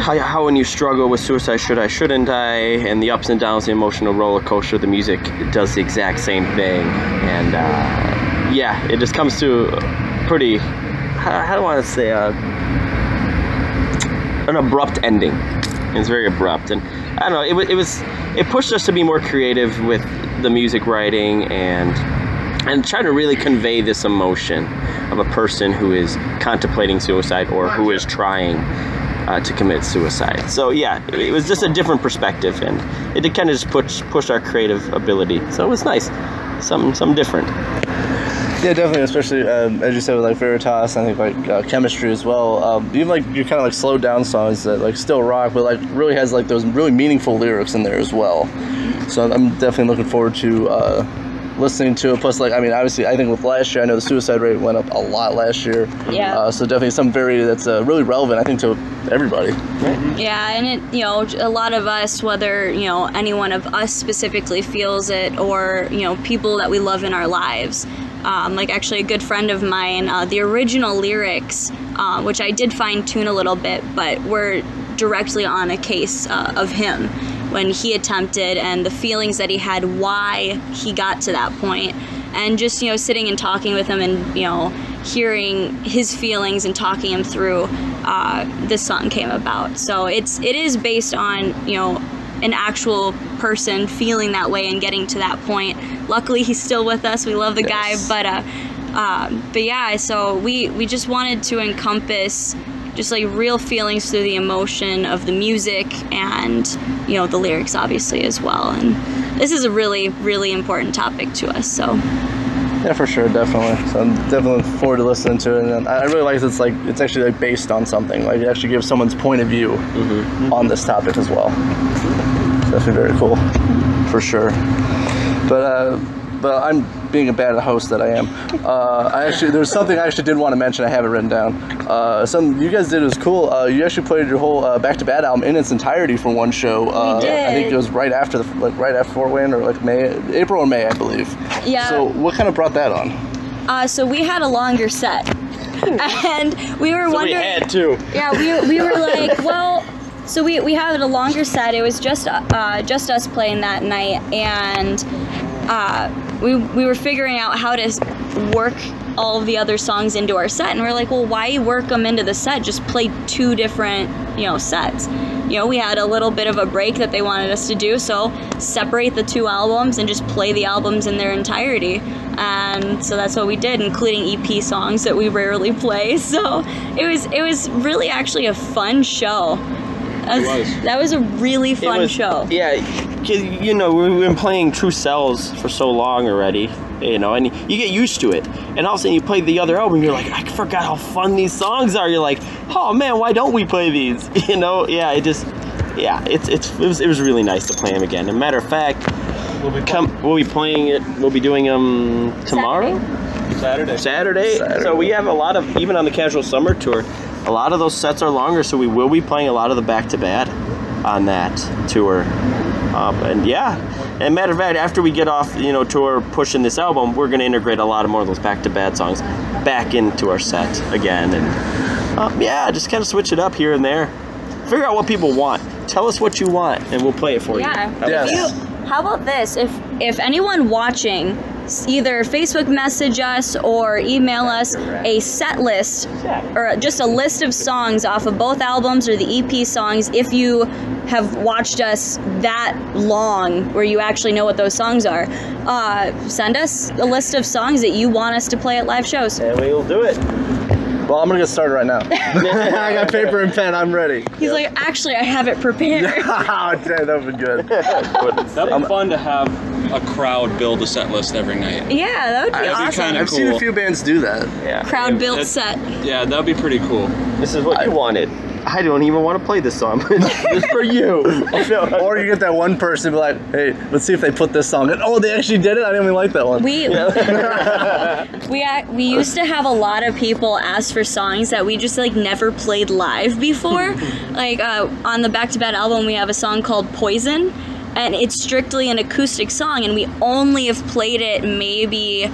Speaker 2: how, how when you struggle with suicide, should I, shouldn't I, and the ups and downs, the emotional roller coaster. The music does the exact same thing, and uh, yeah, it just comes to pretty. How, how do I want to say? Uh, an abrupt ending. It was very abrupt, and I don't know. It was, it was it pushed us to be more creative with the music writing and and try to really convey this emotion of a person who is contemplating suicide or who is trying uh, to commit suicide. So yeah, it, it was just a different perspective, and it did kind of just push push our creative ability. So it was nice, something something different.
Speaker 1: Yeah, definitely. Especially um, as you said with like Veritas, I think like uh, chemistry as well. Um, even like your kind of like slowed down songs that like still rock, but like really has like those really meaningful lyrics in there as well. So I'm definitely looking forward to uh, listening to it. Plus, like I mean, obviously, I think with last year, I know the suicide rate went up a lot last year.
Speaker 3: Yeah.
Speaker 1: Uh, so definitely some very that's uh, really relevant, I think, to everybody.
Speaker 3: Yeah, and it, you know, a lot of us, whether, you know, anyone of us specifically feels it or, you know, people that we love in our lives. Um, like, actually, a good friend of mine, uh, the original lyrics, uh, which I did fine tune a little bit, but were directly on a case uh, of him when he attempted and the feelings that he had, why he got to that point and just you know sitting and talking with him and you know hearing his feelings and talking him through uh, this song came about. So it's it is based on you know an actual person feeling that way and getting to that point. Luckily, he's still with us. We love the
Speaker 2: Yes.
Speaker 3: guy, but uh, uh, but yeah. So we we just wanted to encompass just like real feelings through the emotion of the music and you know the lyrics obviously as well and this is a really really important topic to us so
Speaker 1: Yeah, for sure, definitely. So I'm definitely looking forward to listening to it, and I I really like that it's like it's actually like based on something. Like it actually gives someone's point of view on this topic as well. It's definitely very cool, for sure. But uh, but I'm being a bad host that I am. Uh, I actually there's something I actually did want to mention. I have it written down. Uh, something you guys did was cool. Uh, you actually played your whole uh, Back to Bad album in its entirety for one show. Uh, I think
Speaker 3: did.
Speaker 1: it was right after the like right after Fort Wayne or like May, April or May, I believe.
Speaker 3: Yeah.
Speaker 1: So what kind of brought that on?
Speaker 3: Uh, so we had a longer set, and we were
Speaker 2: We
Speaker 3: wondering.
Speaker 2: had to.
Speaker 3: Yeah, we, we were like, well, so we, we had a longer set. It was just uh, just us playing that night, and uh, we we were figuring out how to s- work all of the other songs into our set, and we are like, well, why work them into the set? Just play two different you know sets. You know, we had a little bit of a break that they wanted us to do, so separate the two albums and just play the albums in their entirety. And so that's what we did, including EP songs that we rarely play. So it was it was really actually a fun show. That was, that was a really
Speaker 2: It
Speaker 3: fun
Speaker 2: was-
Speaker 3: show.
Speaker 2: Yeah, 'cause, you know we've been playing True Cells for so long already, you know, and you get used to it. And all of a sudden you play the other album, you're like, I forgot how fun these songs are. You're like, oh man, why don't we play these? You know, yeah, it just, yeah, it's it's it was it was really nice to play them again. And matter of fact, we'll be come we'll be playing it. We'll be doing them tomorrow. Saturday. So we have a lot of even on the casual summer tour, a lot of those sets are longer. So we will be playing a lot of the back to bat on that tour. Um, and yeah, and matter of fact, after we get off, you know, tour pushing this album, we're gonna integrate a lot of more of those back to bat songs back into our set again, and um, yeah, just kind of switch it up here and there. Figure out what people want. Tell us what you want, and we'll play it for
Speaker 3: Yeah.
Speaker 2: you. How about
Speaker 1: Yes.
Speaker 2: that?
Speaker 3: How about this? If if anyone watching, s- either Facebook message us or email us a set list or just a list of songs off of both albums or the EP songs. If you have watched us that long, where you actually know what those songs are, uh, send us a list of songs that you want us to play at live shows.
Speaker 2: And we'll do it.
Speaker 1: Well, I'm gonna get started right now. I got paper and pen. I'm ready.
Speaker 3: He's like, actually, I have it prepared.
Speaker 1: oh, damn, that would be good.
Speaker 5: That'd be
Speaker 1: Um,
Speaker 5: fun to have a crowd build a set list every night.
Speaker 3: yeah, that would be
Speaker 5: That'd be
Speaker 3: awesome.
Speaker 5: kinda
Speaker 1: I've seen a
Speaker 5: Cool.
Speaker 1: few bands do that.
Speaker 2: Yeah.
Speaker 3: Crowd Uh, built
Speaker 5: That-
Speaker 3: set.
Speaker 5: Yeah, that'd be pretty cool.
Speaker 2: This is what you wanted. I don't even want to play this song. it's for you.
Speaker 1: Or you get that one person be like, "Hey, let's see if they put this song." in. oh, they actually did it. I didn't even like that one.
Speaker 3: We we ac- we used to have a lot of people ask for songs that we just like never played live before. like uh, on the Back to Bad album, we have a song called Poison, and it's strictly an acoustic song, and we only have played it maybe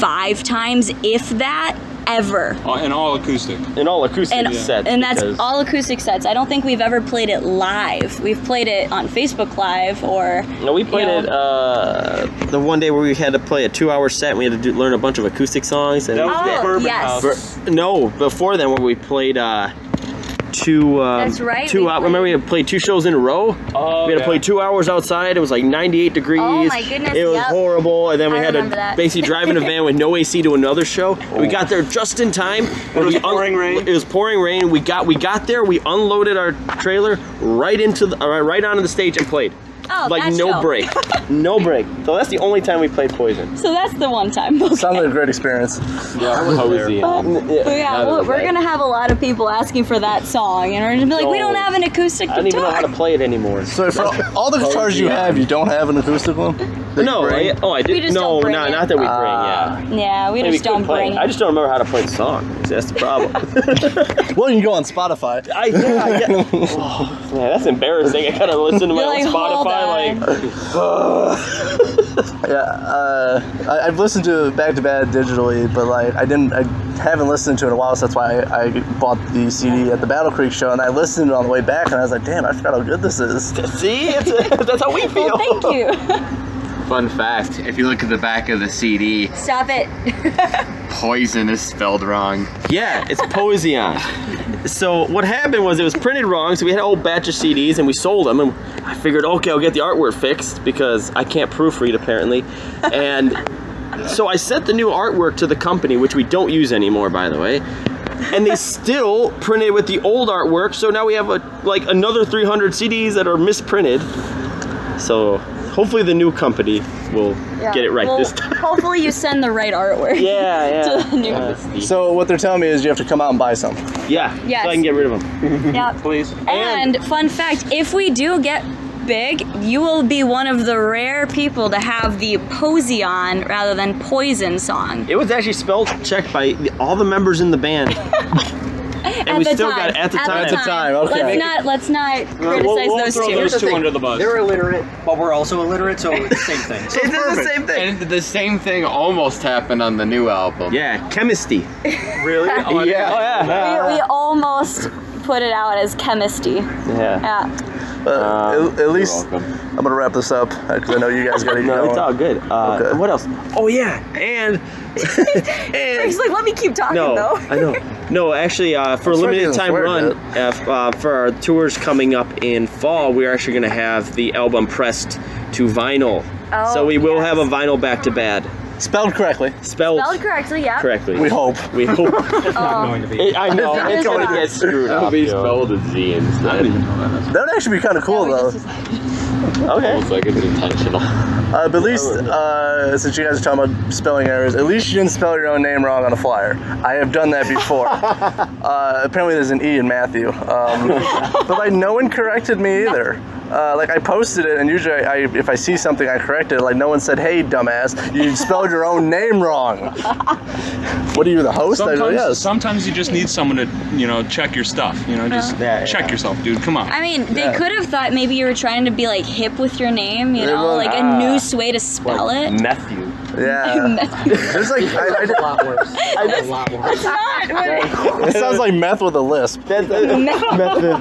Speaker 3: five times, if that, ever.
Speaker 5: Uh, and all acoustic.
Speaker 2: In all acoustic
Speaker 3: And,
Speaker 2: sets.
Speaker 3: and that's
Speaker 2: because-
Speaker 3: all acoustic sets. I don't think we've ever played it live. We've played it on Facebook Live or
Speaker 2: No, we played
Speaker 3: you
Speaker 2: it
Speaker 3: know.
Speaker 2: uh, the one day where we had to play a two-hour set. and We had to do, learn a bunch of acoustic songs. And
Speaker 5: That was
Speaker 3: Oh,
Speaker 5: the Bourbon
Speaker 3: yes.
Speaker 5: House.
Speaker 2: Bur- no, before then when we played uh, two. Um,
Speaker 3: That's right,
Speaker 2: Two.
Speaker 3: we
Speaker 2: out- remember we had played two shows in a row.
Speaker 5: Oh,
Speaker 2: we had to
Speaker 5: yeah.
Speaker 2: play two hours outside. It was like 98 degrees.
Speaker 3: Oh, my goodness,
Speaker 2: It was
Speaker 3: yep.
Speaker 2: horrible. And then we
Speaker 3: I
Speaker 2: had to
Speaker 3: remember that.
Speaker 2: basically drive in a van with no AC to another show. And We got there just in time. It
Speaker 5: Oh. was pouring rain.
Speaker 2: It was pouring rain. We got we got there. We unloaded our trailer right into the uh, right onto the stage and played.
Speaker 3: Oh,
Speaker 2: like
Speaker 3: that
Speaker 2: no
Speaker 3: show.
Speaker 2: break, no break. So that's the only time we played Poison.
Speaker 3: So that's the one time.
Speaker 1: Sounds like a great experience.
Speaker 3: But yeah, we're, we're gonna have a lot of people asking for that song, and we're gonna be like, we don't
Speaker 2: No.
Speaker 3: have an acoustic
Speaker 2: I don't even know how to
Speaker 3: guitar.
Speaker 2: play it anymore.
Speaker 1: So for all the guitars you have, you don't have an acoustic one. That you
Speaker 2: No,
Speaker 1: bring? Ah.
Speaker 2: I, oh, I did.
Speaker 3: We just
Speaker 2: no,
Speaker 3: don't bring
Speaker 2: not
Speaker 3: it.
Speaker 2: not that we bring. Yeah,
Speaker 3: Yeah, we
Speaker 2: Maybe
Speaker 3: just don't
Speaker 2: play.
Speaker 3: bring.
Speaker 2: I just don't remember how to play the song. See, That's the problem.
Speaker 1: well, you can go on Spotify.
Speaker 2: I, yeah, I get- oh, man, that's embarrassing. I gotta listen to my
Speaker 3: You're
Speaker 2: own
Speaker 3: like,
Speaker 2: Spotify.
Speaker 3: hold on.
Speaker 2: Like,
Speaker 1: Yeah, uh, I, I've listened to Back to Bad digitally, but like I didn't, I haven't listened to it in a while, so that's why I, I bought the CD at the Battle Creek show, and I listened to it on the way back, and I was like, "Damn, I forgot how good this is."
Speaker 2: see, it's, that's how we feel.
Speaker 3: Well, thank you.
Speaker 7: Fun fact if you look at the back of the CD,
Speaker 3: Stop it.
Speaker 7: poison is spelled wrong.
Speaker 2: Yeah, it's Poesion. so what happened was it was printed wrong, so we had an old batch of CDs and we sold them. And I figured, okay, I'll get the artwork fixed because I can't proofread apparently. And so I sent the new artwork to the company, which we don't use anymore, by the way. And they still printed with the old artwork, so now we have a, like another 300 CDs that are misprinted. So hopefully the new company will get it right
Speaker 3: Well,
Speaker 2: this time.
Speaker 3: hopefully you send the right artwork.
Speaker 2: Yeah, yeah. Uh,
Speaker 3: To the new-
Speaker 1: So what they're telling me is you have to come out and buy some. Uh,
Speaker 2: yeah,
Speaker 3: Yes.
Speaker 2: so I can get rid of them.
Speaker 3: Yep.
Speaker 2: Please.
Speaker 3: And, fun fact, if we do get big, you will be one of the rare people to have the Poseon rather than Poison song.
Speaker 2: It was actually spelled checked by the- all the members in the band.
Speaker 3: And
Speaker 2: we still got it at the time. At
Speaker 1: the time, okay.
Speaker 3: Let's not let's not criticize
Speaker 5: we'll, we'll
Speaker 3: those
Speaker 5: throw
Speaker 3: two.
Speaker 5: those two under the bus.
Speaker 4: They're illiterate.
Speaker 6: But we're also illiterate, so it's the same thing.
Speaker 7: It does the same thing. And the same thing almost happened on the new album.
Speaker 2: Yeah, chemistry.
Speaker 7: Really?
Speaker 2: Oh,
Speaker 7: yeah.
Speaker 2: yeah.
Speaker 3: we, we almost put it out as chemistry.
Speaker 2: Yeah.
Speaker 3: Yeah.
Speaker 1: Uh, at, at least
Speaker 2: Ah, welcome.
Speaker 1: I'm gonna wrap this up because I know you guys gotta get
Speaker 2: No, it's all
Speaker 1: going.
Speaker 2: good. Uh,
Speaker 1: Okay.
Speaker 2: What else? Oh yeah, and and
Speaker 8: He's like, let me keep talking
Speaker 2: no,
Speaker 8: though.
Speaker 2: I know. No, actually, uh, for a
Speaker 1: I'm sorry
Speaker 2: limited
Speaker 1: to
Speaker 2: time
Speaker 1: swear,
Speaker 2: run, uh, f- uh, for our tours coming up in fall, we're actually going to have the album pressed to vinyl.
Speaker 8: Oh,
Speaker 2: so we will
Speaker 8: yes.
Speaker 2: have a vinyl back to bad
Speaker 1: Spelled correctly,
Speaker 2: spelled,
Speaker 8: Spelled correctly, yeah.
Speaker 2: correctly.
Speaker 1: we hope.
Speaker 2: We hope. It- I know
Speaker 8: It
Speaker 2: it's
Speaker 8: is
Speaker 2: going to
Speaker 8: not.
Speaker 2: get screwed
Speaker 7: It'll
Speaker 2: up.
Speaker 7: be
Speaker 2: yo.
Speaker 7: spelled with Z
Speaker 5: I didn't
Speaker 7: instead.
Speaker 5: even know that. That's-
Speaker 1: That would actually be kind of cool though.
Speaker 2: Okay.
Speaker 7: Almost like it's intentional.
Speaker 1: Uh, but at least, uh, since you guys are talking about spelling errors, at least you didn't spell your own name wrong on a flyer. I have done that before. uh, apparently, there's an E in Matthew. Um, but like, no one corrected me either. Uh, like I posted it, and usually, I, I, if I see something, I correct it. Like no one said, "Hey, dumbass, you spelled your own name wrong." what are you, the host? I go,
Speaker 5: Sometimes,
Speaker 1: yes.
Speaker 5: sometimes you just need someone to, you know, check your stuff. You know, just
Speaker 6: Yeah,
Speaker 5: check
Speaker 6: yeah.
Speaker 5: yourself, dude. Come on.
Speaker 3: I mean, they could have thought maybe you were trying to be like hip with your name, you
Speaker 1: They
Speaker 3: know,
Speaker 1: will-
Speaker 3: like a new way to spell it.
Speaker 2: Matthew.
Speaker 1: Yeah. There's like I, I,
Speaker 4: A lot worse. a lot worse.
Speaker 1: it sounds like meth with a lisp,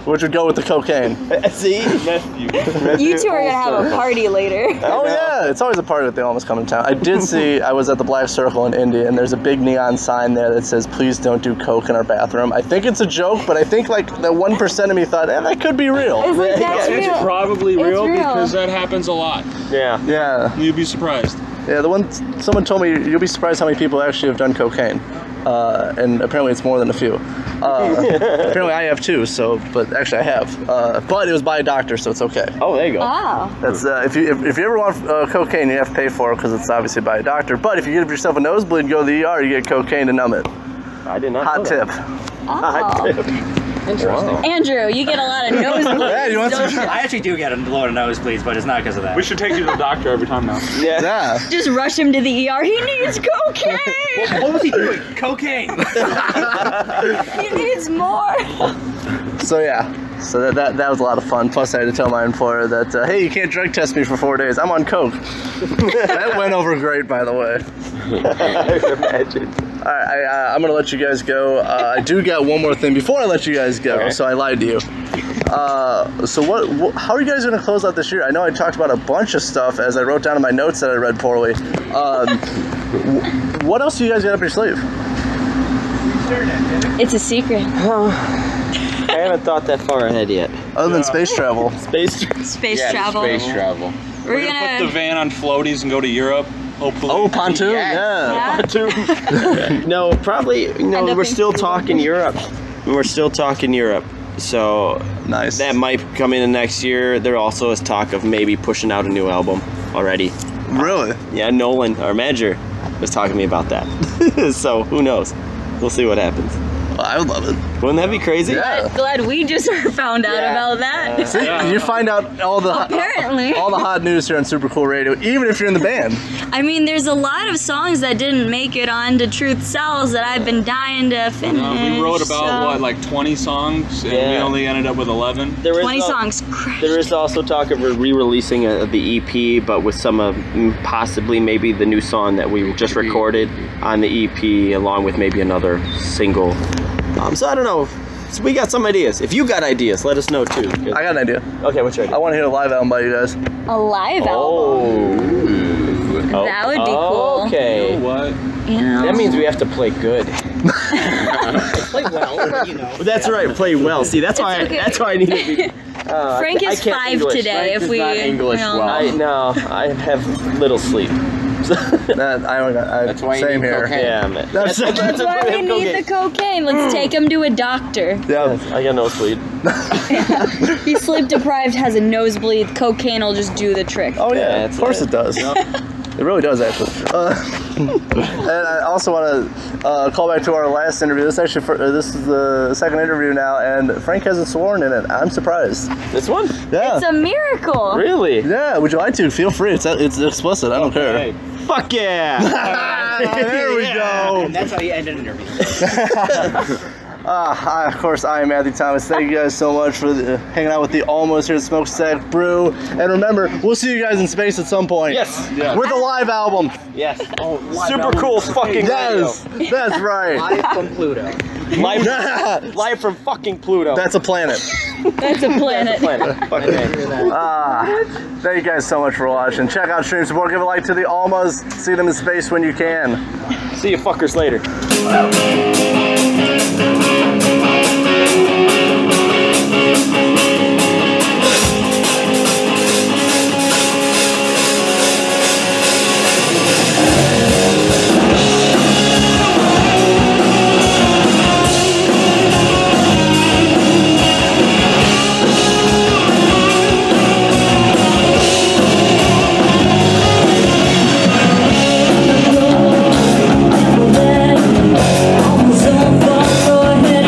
Speaker 1: which would go with the cocaine.
Speaker 2: See? Matthew.
Speaker 3: you two are gonna have a party later.
Speaker 1: Oh yeah, it's always a party with the almost coming to town. I did see I was at the Black Circle in Indy, and there's a big neon sign there that says "Please don't do coke in our bathroom." I think it's a joke, but I think like that one percent of me thought, eh, that could be real.
Speaker 8: It's like, that's
Speaker 5: It's
Speaker 8: real.
Speaker 5: probably
Speaker 8: It's
Speaker 5: real,
Speaker 8: real.
Speaker 5: because that happens a lot.
Speaker 2: Yeah.
Speaker 1: Yeah,
Speaker 5: You'd be surprised.
Speaker 1: yeah. The one someone told me you'll be surprised how many people actually have done cocaine, uh, and apparently it's more than a few. Uh, apparently I have two, so but actually I have, uh, but it was by a doctor, so it's okay.
Speaker 2: Oh, there you go.
Speaker 8: Wow.
Speaker 1: That's uh, if you if, if you ever want uh, cocaine, you have to pay for it because it's obviously by a doctor. But if you give yourself a nosebleed, go to the ER, you get cocaine to numb it.
Speaker 2: I did not.
Speaker 1: Hot
Speaker 2: know that.
Speaker 1: tip.
Speaker 3: Oh.
Speaker 4: Interesting.
Speaker 3: Andrew, you get a lot of
Speaker 1: Yeah,
Speaker 3: nosebleeds.
Speaker 1: you want some?
Speaker 6: I actually do get a load of nosebleeds, but it's not because of that.
Speaker 5: We should take you to the doctor every time now.
Speaker 2: Yeah.
Speaker 1: Yeah.
Speaker 3: Just rush him to the ER. He needs cocaine.
Speaker 6: what was he doing? Cocaine.
Speaker 3: he needs more.
Speaker 1: So yeah. So that, that that was a lot of fun. Plus, I had to tell my employer that uh, hey, you can't drug test me for four days. I'm on coke. that went over great, by the way.
Speaker 2: Imagine.
Speaker 1: All right, I, uh, I'm gonna let you guys go. Uh, I do got one more thing before I let you guys go. So I lied to you. Uh, so what, wh- How are you guys gonna close out this year? I know I talked about a bunch of stuff as I wrote down in my notes that I read poorly. Um, wh- what else do you guys got up your sleeve?
Speaker 3: It's a secret.
Speaker 2: I haven't thought that far ahead yet.
Speaker 1: Other than space travel.
Speaker 2: Space.
Speaker 3: Space
Speaker 7: yeah,
Speaker 3: travel.
Speaker 7: space travel.
Speaker 3: We're,
Speaker 5: We're
Speaker 3: gonna.
Speaker 5: gonna put the van on floaties and go to Europe. Hopefully.
Speaker 1: Oh, pontoon. Yeah.
Speaker 3: yeah.
Speaker 2: no, probably.
Speaker 3: End
Speaker 2: No,
Speaker 3: up
Speaker 2: we're
Speaker 3: in
Speaker 2: still
Speaker 3: Cuba.
Speaker 2: talking Europe. We're still talking Europe. So
Speaker 1: Nice.
Speaker 2: that might come in next year. There also is talk of maybe pushing out a new album already.
Speaker 1: really.
Speaker 2: Yeah, Nolan, our manager, was talking to me about that. so who knows? We'll see what happens.
Speaker 1: Well, I would love it.
Speaker 2: Wouldn't that be crazy?
Speaker 1: Yeah.
Speaker 3: Glad we just found out about that.
Speaker 1: See, you find out all the hot,
Speaker 3: Apparently.
Speaker 1: all the hot news here on Super Cool Radio, even if you're in the band.
Speaker 3: I mean, there's a lot of songs that didn't make it onto Truth Sells that I've been dying to finish.
Speaker 5: Uh, we wrote about
Speaker 3: so-
Speaker 5: what, like 20 songs, and we
Speaker 2: Yeah.
Speaker 5: only ended up with 11.
Speaker 2: There is
Speaker 3: 20
Speaker 2: al-
Speaker 3: songs. Crap.
Speaker 2: There is also talk of re-releasing uh, the EP, but with some of mm, possibly maybe the new song that we just recorded on the EP, along with maybe another single. Um, so I don't know. So we got some ideas. If you got ideas, let us know too.
Speaker 1: I got an idea.
Speaker 2: okay, what's your
Speaker 1: I
Speaker 2: idea?
Speaker 1: want to hear a live album by you guys.
Speaker 3: A live album.
Speaker 2: Oh,
Speaker 5: music.
Speaker 2: Oh,
Speaker 3: That would be cool.
Speaker 5: You
Speaker 2: Okay.
Speaker 5: know Oh, what?
Speaker 3: Yeah.
Speaker 2: That means we have to play good.
Speaker 4: Play well, you know.
Speaker 2: That's right. Play well. See, that's why.
Speaker 3: okay.
Speaker 2: I, that's why I need to be. Uh,
Speaker 3: Frank
Speaker 2: I
Speaker 3: is
Speaker 2: can't
Speaker 3: five
Speaker 2: English.
Speaker 3: today.
Speaker 2: Frank
Speaker 3: if
Speaker 2: is
Speaker 3: we
Speaker 2: not English
Speaker 3: we all
Speaker 2: well.
Speaker 3: know.
Speaker 2: I no. I have little sleep.
Speaker 1: That I don't. I,
Speaker 7: That's why you
Speaker 1: same
Speaker 7: need
Speaker 1: here.
Speaker 7: cocaine.
Speaker 2: Yeah, man.
Speaker 1: That's-
Speaker 2: that's
Speaker 3: That's why we
Speaker 2: okay.
Speaker 3: need the cocaine.
Speaker 2: Hmm.
Speaker 3: Let's take him to a doctor.
Speaker 1: Yeah.
Speaker 2: I got no sleep.
Speaker 3: He's sleep deprived, has a nosebleed. Cocaine will just do the trick.
Speaker 1: Oh yeah,
Speaker 2: Yeah,
Speaker 1: of
Speaker 2: it's
Speaker 1: course
Speaker 2: like-
Speaker 1: it does. It really does, actually. Uh, and I also want to uh, call back to our last interview. This actually, for, uh, this is the second interview now, and Frank hasn't sworn in it. I'm surprised.
Speaker 2: This one?
Speaker 1: Yeah,
Speaker 3: It's a miracle.
Speaker 2: Really?
Speaker 1: yeah. Would you like to? Feel free. It's it's explicit. I don't
Speaker 2: Hey. Fuck yeah!
Speaker 1: care. there we go.
Speaker 4: And that's how you end an interview.
Speaker 1: Uh, hi, of course, I am Matthew Thomas. Thank you guys so much for the, hanging out with the almost here at Smokestack Brew. And remember, we'll see you guys in space at some point.
Speaker 2: yes.
Speaker 1: With a live album.
Speaker 2: Yes. Super cool fucking
Speaker 1: Yes. That's right.
Speaker 4: Live from Pluto.
Speaker 2: live. Live, live from fucking Pluto.
Speaker 1: That's a planet.
Speaker 3: That's a planet.
Speaker 2: planet. Fuck yeah.
Speaker 1: Thank you guys so much for watching. Check out Stream Support. Give a like to the Almas. See them in space when you can.
Speaker 2: See you fuckers later.
Speaker 9: Don't fall for him.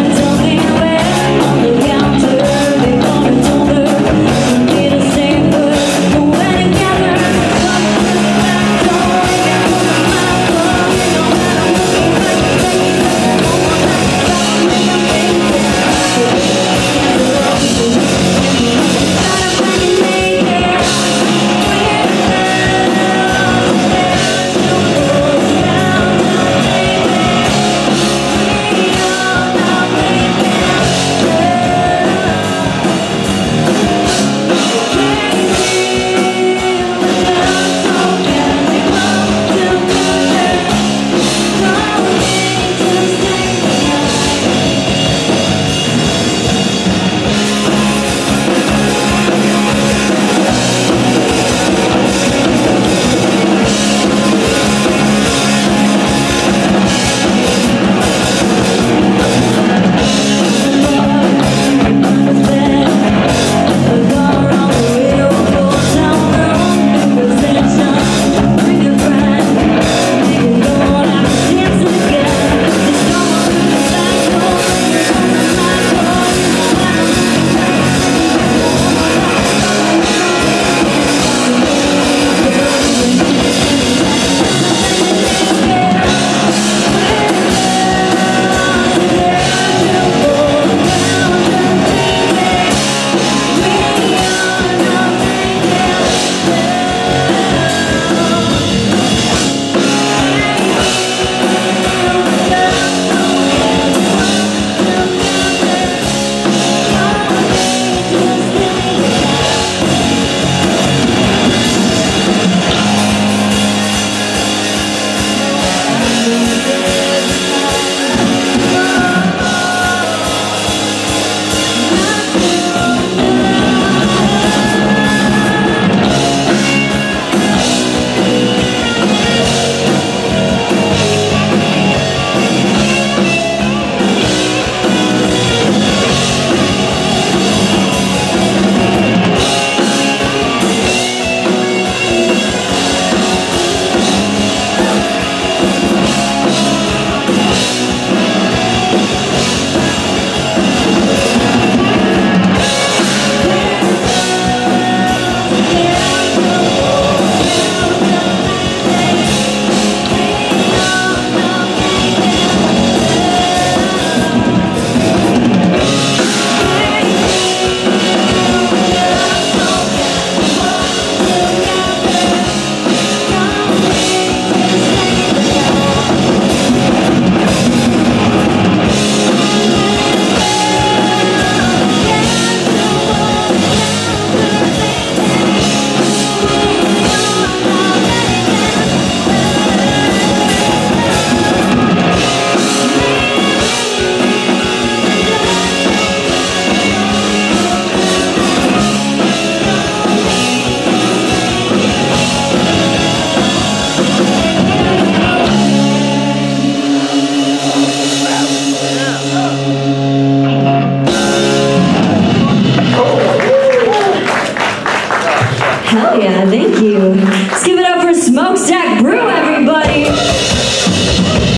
Speaker 9: Hell yeah, thank you. Let's give it up for Smokestack Brew, everybody.